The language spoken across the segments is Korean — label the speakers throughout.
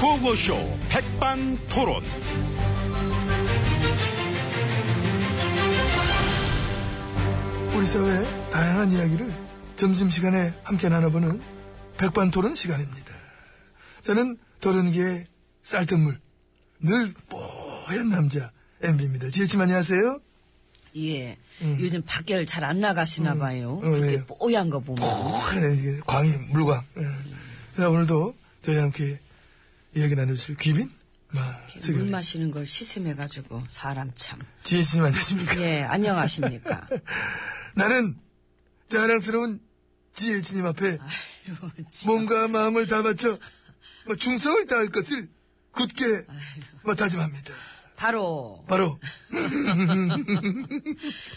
Speaker 1: 구호쇼 백반토론.
Speaker 2: 우리 사회의 다양한 이야기를 점심시간에 함께 나눠보는 백반토론 시간입니다. 저는 토론계의 쌀뜨물, 늘 뽀얀 남자, MB입니다. 지혜님 안녕하세요.
Speaker 3: 예. 요즘 밖을 잘 안 나가시나 봐요.
Speaker 2: 음. 어, 왜요?
Speaker 3: 이렇게 뽀얀 거 보면.
Speaker 2: 뽀얀 이게 광이, 물광. 예. 자, 오늘도 저희와 함께 이야기 나누실 귀빈? 마,
Speaker 3: 이렇게 물
Speaker 2: 수경.
Speaker 3: 마시는 걸 시샘해가지고 사람 참.
Speaker 2: 지혜님 안녕하십니까?
Speaker 3: 예, 안녕하십니까.
Speaker 2: 나는 자랑스러운 지혜진님 앞에
Speaker 3: 아이고, 참.
Speaker 2: 몸과 마음을 다 바쳐 뭐 중성을 다할 것을 굳게 뭐 다짐합니다.
Speaker 3: 바로,
Speaker 2: 바로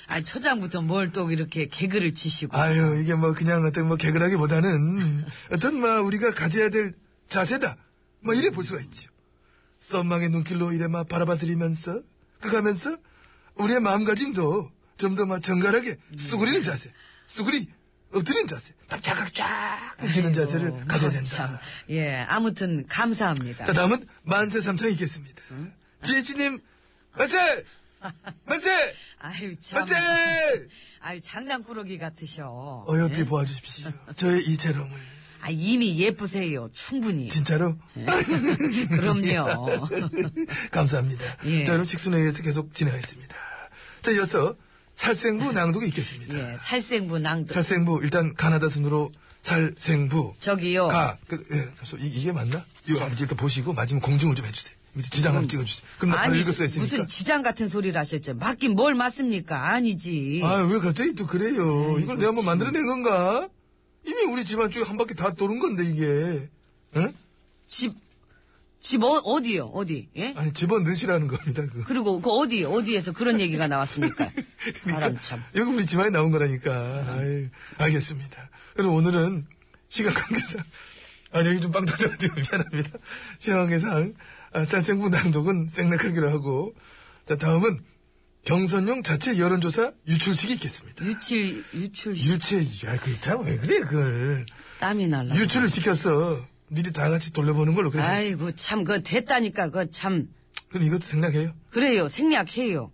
Speaker 3: 아, 초장부터 뭘 또 이렇게 개그를 치시고.
Speaker 2: 아유 이게 뭐 그냥 어떤 뭐 개그라기보다는 어떤 뭐 우리가 가져야 될 자세다 뭐 이래 볼 수가 있죠. 썸망의 눈길로 이래 막 바라봐드리면서 그가면서 우리의 마음가짐도 좀 더 막 정갈하게 수그리는 자세, 수그리 엎드리는 자세, 답자각 쫙 해주는 자세를
Speaker 3: 아이고,
Speaker 2: 가져야
Speaker 3: 참.
Speaker 2: 된다.
Speaker 3: 예, 아무튼 감사합니다.
Speaker 2: 자, 다음은 만세 삼창 있겠습니다. 지혜진님, 만세! 만세!
Speaker 3: 아유, 참.
Speaker 2: 만세!
Speaker 3: 아유, 장난꾸러기 같으셔.
Speaker 2: 어여삐
Speaker 3: 예?
Speaker 2: 보아주십시오. 저의 이채롬을.
Speaker 3: 아, 이미 예쁘세요. 충분히.
Speaker 2: 진짜로?
Speaker 3: 그럼요.
Speaker 2: 감사합니다.
Speaker 3: 예.
Speaker 2: 자, 그럼 식순회에서 계속 진행하겠습니다. 자, 이어서 살생부 낭독이 있겠습니다.
Speaker 3: 예, 살생부 낭독.
Speaker 2: 살생부, 일단 가나다 순으로 살생부.
Speaker 3: 저기요.
Speaker 2: 가. 그, 예, 잠시만, 이, 이게 맞나? 이거 한번 일단 보시고 마지막 공증을 좀 해주세요. 밑에 지장 한번 찍어주세요. 그럼 나 바로
Speaker 3: 음. 아니
Speaker 2: 읽을 수 있으니까.
Speaker 3: 무슨 지장 같은 소리를 하셨죠. 맞긴 뭘 맞습니까? 아니지.
Speaker 2: 아유, 왜 갑자기 또
Speaker 3: 네,
Speaker 2: 그래요? 이걸 내가 뭐 만들어낸 건가? 이미 우리 집안 쪽에 한 바퀴 다 도는 건데, 이게. 응?
Speaker 3: 집, 집 어, 어디요? 어디? 예?
Speaker 2: 아니, 집어 넣으시라는 겁니다, 그거.
Speaker 3: 그리고 그 어디 어디에서 그런 얘기가 나왔습니까?
Speaker 2: 그러니까.
Speaker 3: 바람 참.
Speaker 2: 여기 우리 집안에 나온 거라니까. 아유, 알겠습니다. 그럼 오늘은 시간 관계상. 아니, 여기 좀 빵 터져가지고 미안합니다. 시간 관계상, 아, 쌀생분 낭독은 생략하기로 하고. 자, 다음은 경선용 자체 여론조사 유출식이 있겠습니다.
Speaker 3: 유출 유출 시
Speaker 2: 유체,
Speaker 3: 아,
Speaker 2: 야, 그, 참, 왜 그래, 그걸.
Speaker 3: 땀이 날라.
Speaker 2: 유출을 시켰어. 미리 다 같이 돌려보는 걸로. 그래서
Speaker 3: 아이고 참 그 됐다니까 그 참
Speaker 2: 그럼 이것도 생략해요.
Speaker 3: 그래요 생략해요.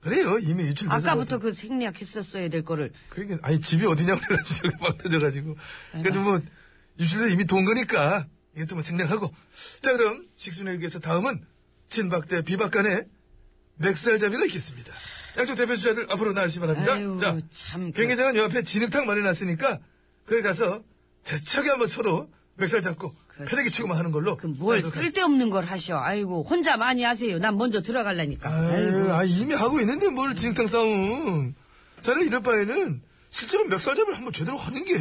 Speaker 2: 그래요. 이미 유출돼서.
Speaker 3: 아까부터 그 생략했었어야 될 거를
Speaker 2: 그러니까 아니 집이 어디냐고 그래가지고 저기 막 터져가지고. 그래도 뭐 유출돼서 이미 돈 거니까 이것도 뭐 생략하고. 자 그럼 식순에 의해서 다음은 친박 대 비박 간의 맥살잡이가 있겠습니다. 양쪽 대표 주자들 앞으로 나와주시기 바랍니다.
Speaker 3: 아유,
Speaker 2: 자,
Speaker 3: 참 그-
Speaker 2: 경기장은 요 앞에 진흙탕 마련놨으니까 거기 가서 대척에 한번 서로 맥살 잡고
Speaker 3: 그렇지.
Speaker 2: 패대기 치고만 뭐 하는 걸로.
Speaker 3: 그 뭘
Speaker 2: 자, 이렇게
Speaker 3: 쓸데없는 걸 하셔. 아이고 혼자 많이 하세요. 난 먼저 들어갈라니까.
Speaker 2: 아유, 아 이미 하고 있는데 뭘 진흙탕 싸움. 저는 이럴 바에는 실제로 멱살잡을 한번 제대로 하는 게,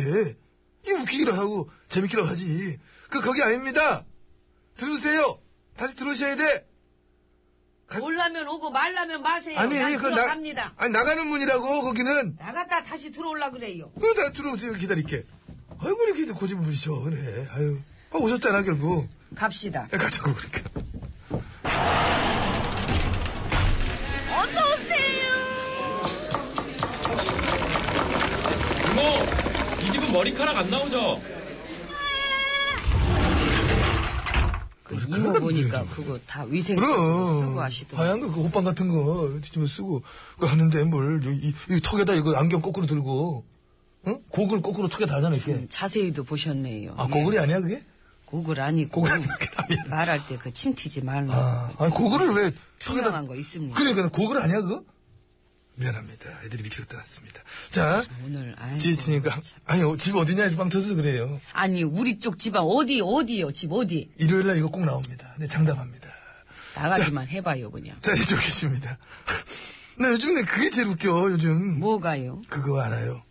Speaker 2: 이 웃기기로 하고, 재밌기로 하지. 그, 거기 아닙니다! 들으세요! 다시 들으셔야 돼!
Speaker 3: 올라면 오고 말라면 마세요.
Speaker 2: 아니,
Speaker 3: 난
Speaker 2: 그, 나,
Speaker 3: 들어갑니다.
Speaker 2: 아니, 나가는 문이라고, 거기는.
Speaker 3: 나갔다 다시 들어올라 그래요.
Speaker 2: 그럼 나 들어오세요, 기다릴게. 아이고, 이렇게 고집을 부리셔, 그래. 아유. 아, 오셨잖아, 결국.
Speaker 3: 갑시다.
Speaker 2: 야, 가자고, 그러니까.
Speaker 4: 이모, 뭐, 이 집은 머리카락 안 나오죠?
Speaker 3: 그 이모 보니까 그거 다 위생
Speaker 2: 그럼.
Speaker 3: 쓰고 하시더라고.
Speaker 2: 하얀 거, 그 옷방 같은 거, 뒤집어 쓰고, 그거 하는데 뭘, 이, 이, 이 턱에다 이거 안경 거꾸로 들고, 응? 고글 거꾸로 턱에 달잖아, 이렇게.
Speaker 3: 자세히도 보셨네요.
Speaker 2: 아, 고글이 아니야, 그게?
Speaker 3: 고글 아니고
Speaker 2: 고글 아니고 그냥
Speaker 3: 말할 때 그 침 튀지 말라.
Speaker 2: 아, 아니, 고글을 왜 턱에다.
Speaker 3: 투명한 거 있습니다.
Speaker 2: 그러니까, 고글 아니야, 그거? 미안합니다. 애들이 미치고 따랐습니다. 자,
Speaker 3: 오늘 아이고,
Speaker 2: 지혜치니까,
Speaker 3: 참.
Speaker 2: 아니, 어, 집 어디냐 해서 빵 터서 그래요.
Speaker 3: 아니 우리 쪽 집안 어디 어디요 집 어디
Speaker 2: 일요일날 이거 꼭 나옵니다. 네, 장담합니다.
Speaker 3: 나가기만 해봐요 그냥
Speaker 2: 자, 이쪽 계십니다. 나 요즘 내 그게 제일 웃겨, 요즘.
Speaker 3: 뭐가요?
Speaker 2: 그거 알아요?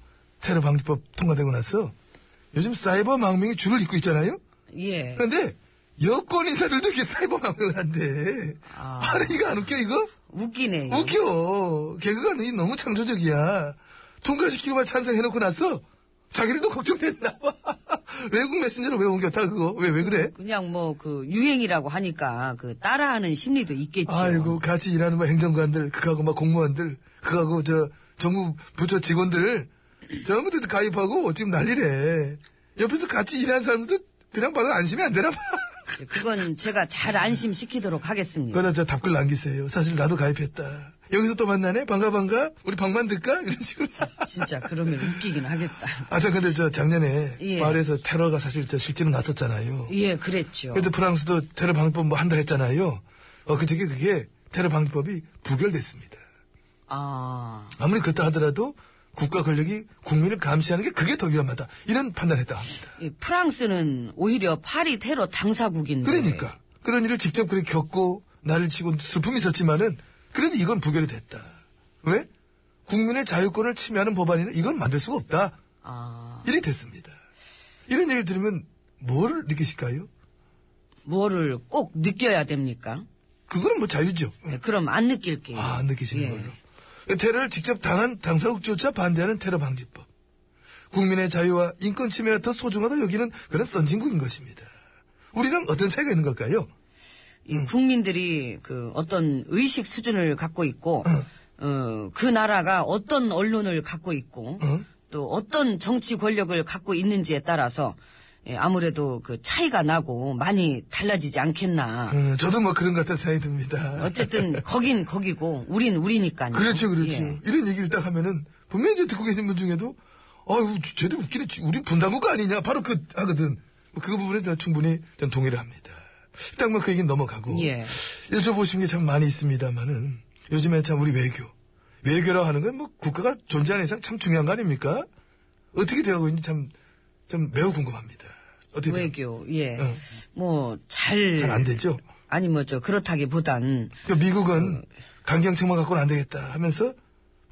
Speaker 2: 테러 방지법 통과되고 나서 요즘 사이버 망명이 줄을 잇고 있잖아요?
Speaker 3: 예
Speaker 2: 그런데 여권 인사들도 이렇게 사이버 망명을 한대.
Speaker 3: 아. 예.
Speaker 2: 아, 니 이거 안 웃겨, 이거?
Speaker 3: 웃기네요.
Speaker 2: 웃겨. 개그가 너- 너무 창조적이야. 통과시키고만 찬성해놓고 나서 자기들도 걱정됐나 봐. 외국 메신저로 왜 옮겼다, 그거? 왜, 왜 그래?
Speaker 3: 그냥 뭐 그 유행이라고 하니까 그 따라하는 심리도 있겠죠.
Speaker 2: 아이고, 같이 일하는 뭐 행정관들, 그거하고 막 공무원들, 그거하고 저 정부 부처 직원들, 전부들 가입하고 지금 난리래. 옆에서 같이 일하는 사람도 그냥 봐도 안심이 안 되나 봐.
Speaker 3: 이제 예, 그건 제가 잘 안심시키도록 하겠습니다.
Speaker 2: 그거다 저 답글 남기세요. 사실 나도 가입했다. 여기서 또 만나네? 반가 반가? 우리 방만 들까? 이런 식으로.
Speaker 3: 진짜 그러면 웃기긴 하겠다.
Speaker 2: 아, 저 근데 저 작년에
Speaker 3: 예.
Speaker 2: 마을에서 테러가 사실 저 실제로 났었잖아요.
Speaker 3: 예, 그랬죠.
Speaker 2: 그래서 프랑스도 테러 방법 뭐 한다 했잖아요. 어, 그저께 그게 테러 방법이 부결됐습니다.
Speaker 3: 아,
Speaker 2: 아무리 그렇다 하더라도 국가 권력이 국민을 감시하는 게 그게 더 위험하다. 이런 판단했다 합니다.
Speaker 3: 이 프랑스는 오히려 파리 테러 당사국인데.
Speaker 2: 그러니까 그런 일을 직접 그렇게 겪고 나를 치고 슬픔이 있었지만은 그래도 이건 부결이 됐다. 왜? 국민의 자유권을 침해하는 법안이는 이건 만들 수가 없다.
Speaker 3: 아,
Speaker 2: 이렇게 됐습니다. 이런 얘기를 들으면 뭐를 느끼실까요?
Speaker 3: 뭐를 꼭 느껴야 됩니까?
Speaker 2: 그거는 뭐 자유죠.
Speaker 3: 네, 그럼 안 느낄게요.
Speaker 2: 아, 안 느끼시는
Speaker 3: 예.
Speaker 2: 걸로. 테러를 직접 당한 당사국조차 반대하는 테러 방지법. 국민의 자유와 인권 침해가 더 소중하다 여기는 그런 선진국인 것입니다. 우리랑 어떤 차이가 있는 걸까요?
Speaker 3: 이
Speaker 2: 음.
Speaker 3: 국민들이 그 어떤 의식 수준을 갖고 있고,
Speaker 2: 음.
Speaker 3: 어, 그 나라가 어떤 언론을 갖고 있고,
Speaker 2: 음.
Speaker 3: 또 어떤 정치 권력을 갖고 있는지에 따라서 예, 아무래도 그 차이가 나고 많이 달라지지 않겠나.
Speaker 2: 어, 저도 뭐 그런 것 같다 생각이 듭니다.
Speaker 3: 아, 어쨌든 거긴 거기고 우린 우리니까요.
Speaker 2: 그렇죠, 그렇죠.
Speaker 3: 예.
Speaker 2: 이런 얘기를 딱 하면은 분명히 저 듣고 계신 분 중에도 아유, 쟤- 쟤들 웃기네. 쟤- 우린 분단국가 아니냐. 바로 그 하거든. 뭐그 부분에 저 충분히 전 동의를 합니다. 일단 뭐그 얘기는 넘어가고
Speaker 3: 예.
Speaker 2: 여쭤보시는 게 참 많이 있습니다만은 요즘에 참 우리 외교 외교라고 하는 건 뭐 국가가 존재하는 이상 참 중요한 거 아닙니까? 어떻게 되어가고 있는지 참, 참 매우 궁금합니다. 어떻게 돼요?
Speaker 3: 외교, 예.
Speaker 2: 어.
Speaker 3: 뭐, 잘.
Speaker 2: 네. 잘안 되죠?
Speaker 3: 아니, 뭐, 저, 그렇다기 보단,
Speaker 2: 그러니까 미국은 강경책만 갖고는 안 되겠다 하면서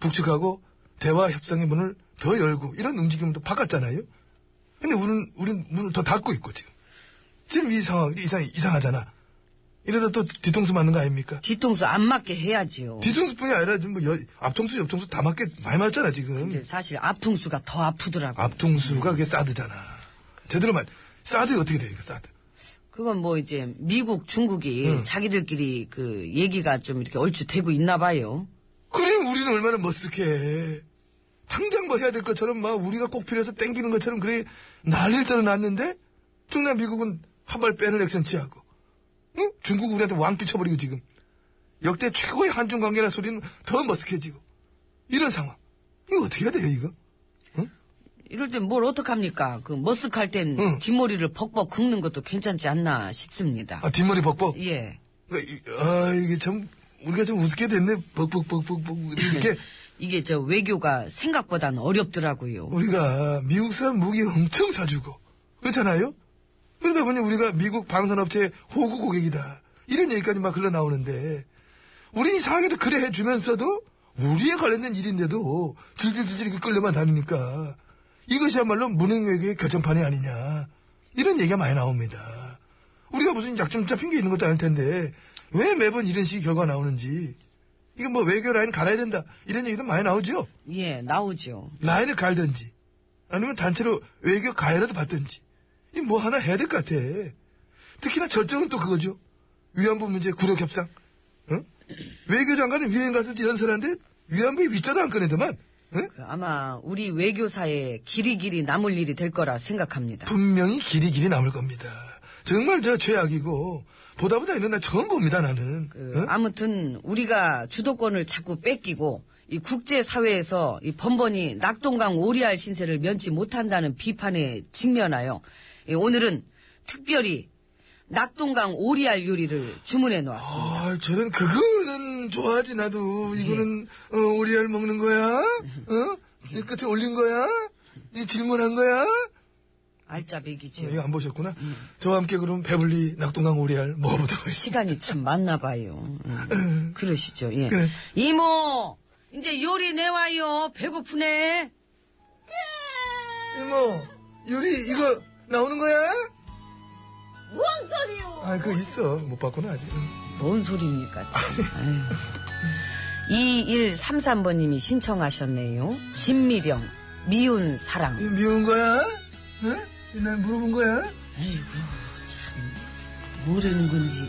Speaker 2: 북측하고 대화 협상의 문을 더 열고 이런 움직임도 바꿨잖아요. 근데 우리는 우리는 문을 더 닫고 있고 지금 지금 이 상황 이상 이상하잖아. 이러다 또 뒤통수 맞는 거 아닙니까?
Speaker 3: 뒤통수 안 맞게 해야지요.
Speaker 2: 뒤통수뿐이 아니라 지금 뭐 여- 앞통수 옆통수 다 맞게 많이 맞잖아 지금.
Speaker 3: 근데 사실 앞통수가 더 아프더라고요.
Speaker 2: 앞통수가 그게 사드잖아. 제대로 말 사드 어떻게 돼요? 이거 사드.
Speaker 3: 그건 뭐, 이제, 미국, 중국이
Speaker 2: 네.
Speaker 3: 자기들끼리 그 얘기가 좀 이렇게 얼추 되고 있나 봐요.
Speaker 2: 그래 우리는 얼마나 머쓱해. 당장 뭐 해야 될 것처럼 막 우리가 꼭 필요해서 땡기는 것처럼 그래 난리를 떨어놨는데 중남 미국은 한 발 빼는 액션 취하고 응? 중국 우리한테 왕삐 쳐버리고 지금 역대 최고의 한중 관계라는 소리는 더 머쓱해지고 이런 상황 이거 어떻게 해야 돼요 이거?
Speaker 3: 이럴 땐 뭘 어떡합니까? 그, 머쓱할 땐
Speaker 2: 응.
Speaker 3: 뒷머리를 벅벅 긁는 것도 괜찮지 않나 싶습니다.
Speaker 2: 아 뒷머리 벅벅
Speaker 3: 예.
Speaker 2: 그러니까 이- 아 이게 참 우리가 좀 우습게 됐네 벅벅벅벅벅 이렇게
Speaker 3: 이게 저 외교가 생각보단 어렵더라고요.
Speaker 2: 우리가 미국산 무기 엄청 사주고 그렇잖아요. 그러다 보니 우리가 미국 방산업체의 호구 고객이다 이런 얘기까지 막 흘러 나오는데 우린 이상하게도 그래 해주면서도 우리에 관련된 일인데도 질질질질 이렇게 끌려만 다니니까 이것이야말로 문행 외교의 결정판이 아니냐 이런 얘기가 많이 나옵니다. 우리가 무슨 약점 잡힌 게 있는 것도 아닐 텐데 왜 매번 이런 식의 결과가 나오는지 이거 뭐 외교 라인 갈아야 된다 이런 얘기도 많이 나오죠.
Speaker 3: 예, 나오죠.
Speaker 2: 라인을 갈든지 아니면 단체로 외교 가해라도 받든지 이 뭐 하나 해야 될 것 같아. 특히나 절정은 또 그거죠. 위안부 문제 구력 협상. 응? 외교 장관은 유엔 가서 연설하는데 위안부의 위자도 안 꺼내더만. 어? 응?
Speaker 3: 그 아마 우리 외교사에 길이길이 남을 일이 될 거라 생각합니다.
Speaker 2: 분명히 길이 길이 남을 겁니다. 정말 저 최악이고 보다 보다 이런 날 처음 봅니다 나는. 어?
Speaker 3: 그
Speaker 2: 응?
Speaker 3: 아무튼 우리가 주도권을 자꾸 뺏기고 이 국제 사회에서 이 번번이 낙동강 오리알 신세를 면치 못한다는 비판에 직면하여 예, 오늘은 특별히 낙동강 오리알 요리를 주문해 놓았습니다.
Speaker 2: 아, 저는 그거는 좋아하지 나도 이거는 어,
Speaker 3: 예.
Speaker 2: 오리알 먹는 거야. 어? 이 끝에 올린 거야. 이 질문한 거야.
Speaker 3: 알짜배기지요.
Speaker 2: 이거 안 보셨구나. 저와 함께 그럼 배불리 낙동강 오리알 먹어보도록 하겠습니다.
Speaker 3: 시간이 참 많나 봐요. 음, 그러시죠. 예.
Speaker 2: 그래.
Speaker 3: 이모 이제 요리 내와요. 배고프네.
Speaker 2: 이모, 요리 이거 나오는 거야?
Speaker 5: 뭔 소리요?
Speaker 2: 아, 그거 있어. 못 봤구나, 아직.
Speaker 3: 뭔 소리입니까? 참. 아유. 2133번님이 신청하셨네요. 진미령, 미운 사랑.
Speaker 2: 이거 미운 거야? 응? 난 물어본 거야?
Speaker 3: 아이고, 참. 뭐라는 건지.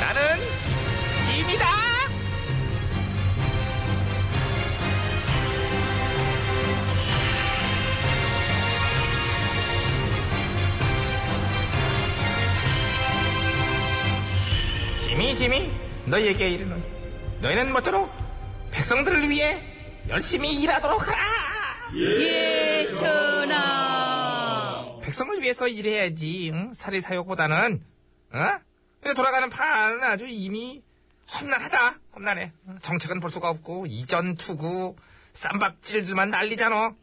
Speaker 1: 나는 짐이다. 짐이 짐이 너희에게 이르노니 너희는 모쪼록 백성들을 위해 열심히 일하도록 하라.
Speaker 3: 예, 전하.
Speaker 1: 백성을 위해서 일해야지. 응? 사리 사욕보다는 어? 근데 돌아가는 판은 아주 이미 험난하다. 험난해. 정책은 볼 수가 없고 이전 투구 쌈박질들만 난리잖아.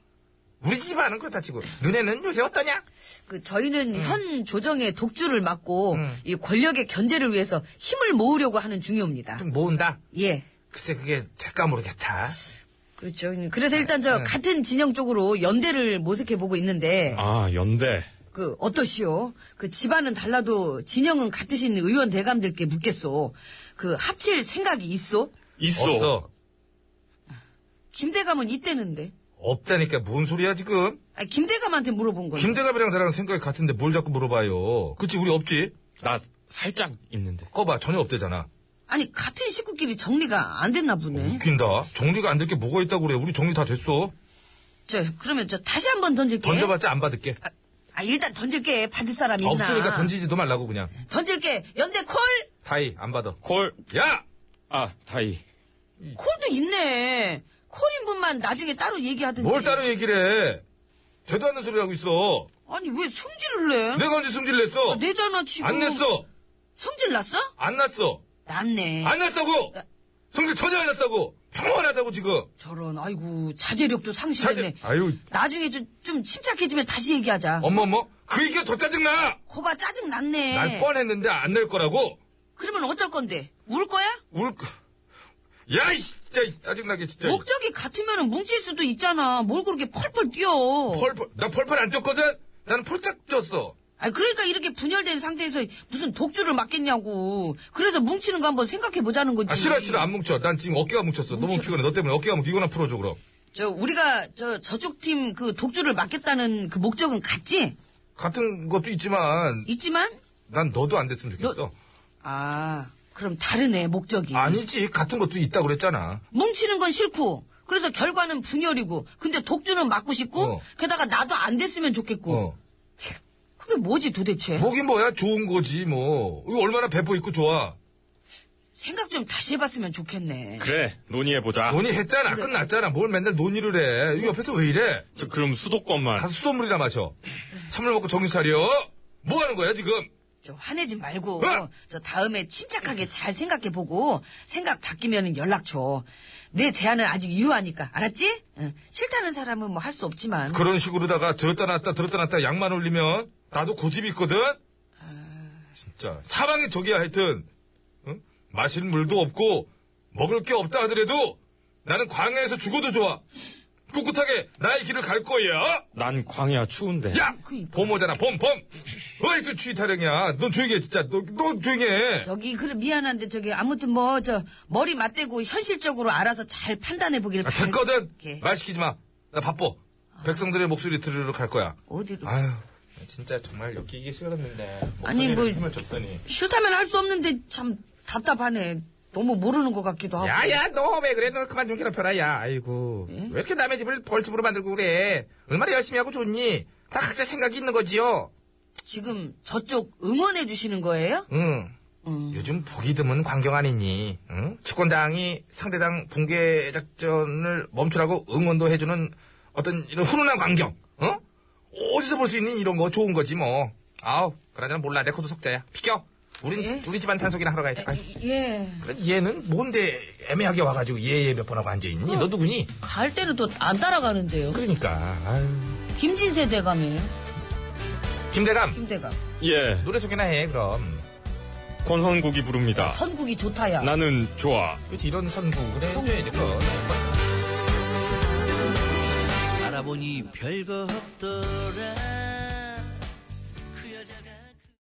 Speaker 1: 우리 집안은 그렇다 치고 눈에는 요새 어떠냐?
Speaker 3: 그 저희는 현 조정의 독주를 막고
Speaker 1: 음.
Speaker 3: 이 권력의 견제를 위해서 힘을 모으려고 하는 중요입니다.
Speaker 1: 좀 모은다.
Speaker 3: 예.
Speaker 1: 글쎄 그게 될까 모르겠다.
Speaker 3: 그렇죠. 그래서 일단 저 같은 진영 쪽으로 연대를 모색해 보고 있는데
Speaker 4: 아, 연대.
Speaker 3: 그 어떠시오? 그 집안은 달라도 진영은 같으신 의원 대감들께 묻겠소. 그 합칠 생각이 있소?
Speaker 4: 있어.
Speaker 1: 없어.
Speaker 3: 김 대감은 있대는데.
Speaker 1: 없다니까 뭔 소리야 지금?
Speaker 3: 아, 김 대감한테 물어본 거예요.
Speaker 1: 김대갑이랑 나랑 생각이 같은데 뭘 자꾸 물어봐요. 그치 우리 없지?
Speaker 4: 나 살짝 있는데.
Speaker 1: 꺼봐 전혀 없대잖아.
Speaker 3: 아니 같은 식구끼리 정리가 안 됐나 보네.
Speaker 1: 웃긴다. 정리가 안 될 게 뭐가 있다고 그래. 우리 정리 다
Speaker 4: 예?
Speaker 1: 됐어.
Speaker 3: 저 그러면 저 다시 한번 던질게.
Speaker 1: 던져봤자 안 받을게.
Speaker 3: 아, 아, 일단 던질게 받을 사람 있나?
Speaker 1: 없으니까 던지지도 말라고 그냥
Speaker 3: 던질게 연대 콜
Speaker 1: 다이 안 받아
Speaker 4: 콜.
Speaker 1: 야
Speaker 4: 아, 다이.
Speaker 1: 음.
Speaker 3: 콜도 있네. 콜인 분만 나중에 따로 얘기하든지.
Speaker 1: 뭘 따로 얘기를 해 되도 않는 소리를 하고 있어
Speaker 3: 아니 왜 성질을 내?
Speaker 1: 내가 언제 승질 냈어
Speaker 3: 내잖아 지금.
Speaker 1: 안 냈어
Speaker 3: 성질 났어?
Speaker 1: 안 났어
Speaker 3: 났네.
Speaker 1: 안 났다고 승질 전혀 안 났다고 평온하다고 지금
Speaker 3: 저런 아이고 자제력도 상실했네.
Speaker 1: 자제- 아유.
Speaker 3: 나중에 좀, 좀 침착해지면 다시 얘기하자.
Speaker 1: 엄마 엄마 그 얘기가 더 짜증나
Speaker 3: 호바 짜증 났네.
Speaker 1: 날 뻔했는데 안 낼 거라고
Speaker 3: 그러면 어쩔 건데? 울 거야?
Speaker 1: 울야 진짜 이 짜증나게 진짜
Speaker 3: 목적이 같으면 뭉칠 수도 있잖아. 뭘 그렇게 펄펄 뛰어.
Speaker 1: 펄펄 나 펄펄 안 쪘거든 나는 폴짝 쪘어
Speaker 3: 아 그러니까 이렇게 분열된 상태에서 무슨 독주를 막겠냐고. 그래서 뭉치는 거 한번 생각해 보자는 거지.
Speaker 1: 아 싫어 싫어 안 뭉쳐 난 지금 어깨가 뭉쳤어 너무 피곤해 너 때문에 어깨가 뭉쳐 이거나 풀어줘 그럼
Speaker 3: 저 우리가 저 저쪽 팀 그 독주를 막겠다는 그 목적은 같지?
Speaker 1: 같은 것도 있지만
Speaker 3: 있지만
Speaker 1: 난 너도 음. 안 됐으면 좋겠어.
Speaker 3: 아 그럼 다르네 목적이.
Speaker 1: 아니지 같은 것도 있다 그랬잖아.
Speaker 3: 뭉치는 건 싫고 그래서 결과는 분열이고 근데 독주는 막고 싶고
Speaker 1: 어.
Speaker 3: 게다가 나도 안 됐으면 좋겠고
Speaker 1: 어.
Speaker 3: 그게 뭐지 도대체
Speaker 1: 뭐긴 뭐야 좋은 거지 뭐. 이거 얼마나 배포 있고 좋아.
Speaker 3: 생각 좀 다시 해봤으면 좋겠네
Speaker 4: 그래, 논의해보자.
Speaker 1: 논의했잖아 끝났잖아. 뭘 맨날 논의를 해. 이 옆에서 왜 이래?
Speaker 4: 저, 그럼 수도권만.
Speaker 1: 가서 수돗물이나 마셔. 찬물 먹고 정신 차려. 뭐 하는 거야 지금?
Speaker 3: 저 화내지 말고
Speaker 1: 으악!
Speaker 3: 저 다음에 침착하게 잘 생각해보고 생각 바뀌면 연락 줘 내 제안은 아직 유효하니까 알았지? 응. 싫다는 사람은 뭐 할 수 없지만
Speaker 1: 그런 식으로다가 들었다 놨다 들었다 놨다 양만 올리면 나도 고집이 있거든. 진짜 사방에 적이야 하여튼. 응? 마실 물도 없고 먹을 게 없다 하더라도 나는 광야에서 죽어도 좋아. 꿋꿋하게 나의 길을 갈 거야.
Speaker 4: 난 광야 추운데.
Speaker 1: 야!
Speaker 3: 그러니까.
Speaker 1: 봄 오잖아, 봄, 봄! 어이, 그 추위 타령이야. 넌 조용히 해, 진짜. 너, 너 조용히 해.
Speaker 3: 저기 그래 미안한데 저기 아무튼 뭐 저 머리 맞대고 현실적으로 알아서 잘 판단해보길
Speaker 1: 아,
Speaker 3: 바랄게.
Speaker 1: 됐거든. 말 시키지 마. 나 바빠. 백성들의 목소리 들으러 갈 거야.
Speaker 3: 어디로
Speaker 1: 아유, 진짜 정말 엮이기 싫었는데.
Speaker 3: 아니, 뭐-
Speaker 1: 힘을 줬더니.
Speaker 3: 싫다면 할 수 없는데 참 답답하네. 너무 모르는 것 같기도 하고.
Speaker 1: 야야 너 왜 그래 너 그만 좀 괴롭혀라 야 아이고
Speaker 3: 예?
Speaker 1: 왜 이렇게 남의 집을 벌집으로 만들고 그래 얼마나 열심히 하고 좋니 다 각자 생각이 있는 거지요
Speaker 3: 지금 저쪽 응원해 주시는 거예요?
Speaker 1: 응
Speaker 3: 음.
Speaker 1: 요즘 보기 드문 광경 아니니 응? 집권당이 상대당 붕괴 작전을 멈추라고 응원도 해주는 어떤 이런 훈훈한 광경 어? 어디서 볼 수 있는 이런 거 좋은 거지 뭐 아우 그러잖아 몰라 내 코도 석자야 비켜 우린 우리 집안 단속이나 하러 가야 돼 아이.
Speaker 3: 예.
Speaker 1: 그래 얘는 뭔데 애매하게 와가지고 예예 몇 번 하고
Speaker 3: 어.
Speaker 1: 앉아있니? 너 누구니?
Speaker 3: 갈 때는 또 안 따라가는데요.
Speaker 1: 그러니까 아유.
Speaker 3: 김진세 대감이에요.
Speaker 1: 김대감
Speaker 3: 김대감.
Speaker 4: 예,
Speaker 1: 노래 소개나 해 그럼
Speaker 4: 권선국이 부릅니다.
Speaker 3: 선국이 좋다야.
Speaker 4: 나는 좋아.
Speaker 1: 그치 이런 선구 그래 해줘야지 뭐. 그럼
Speaker 6: 알아보니 별거 없더라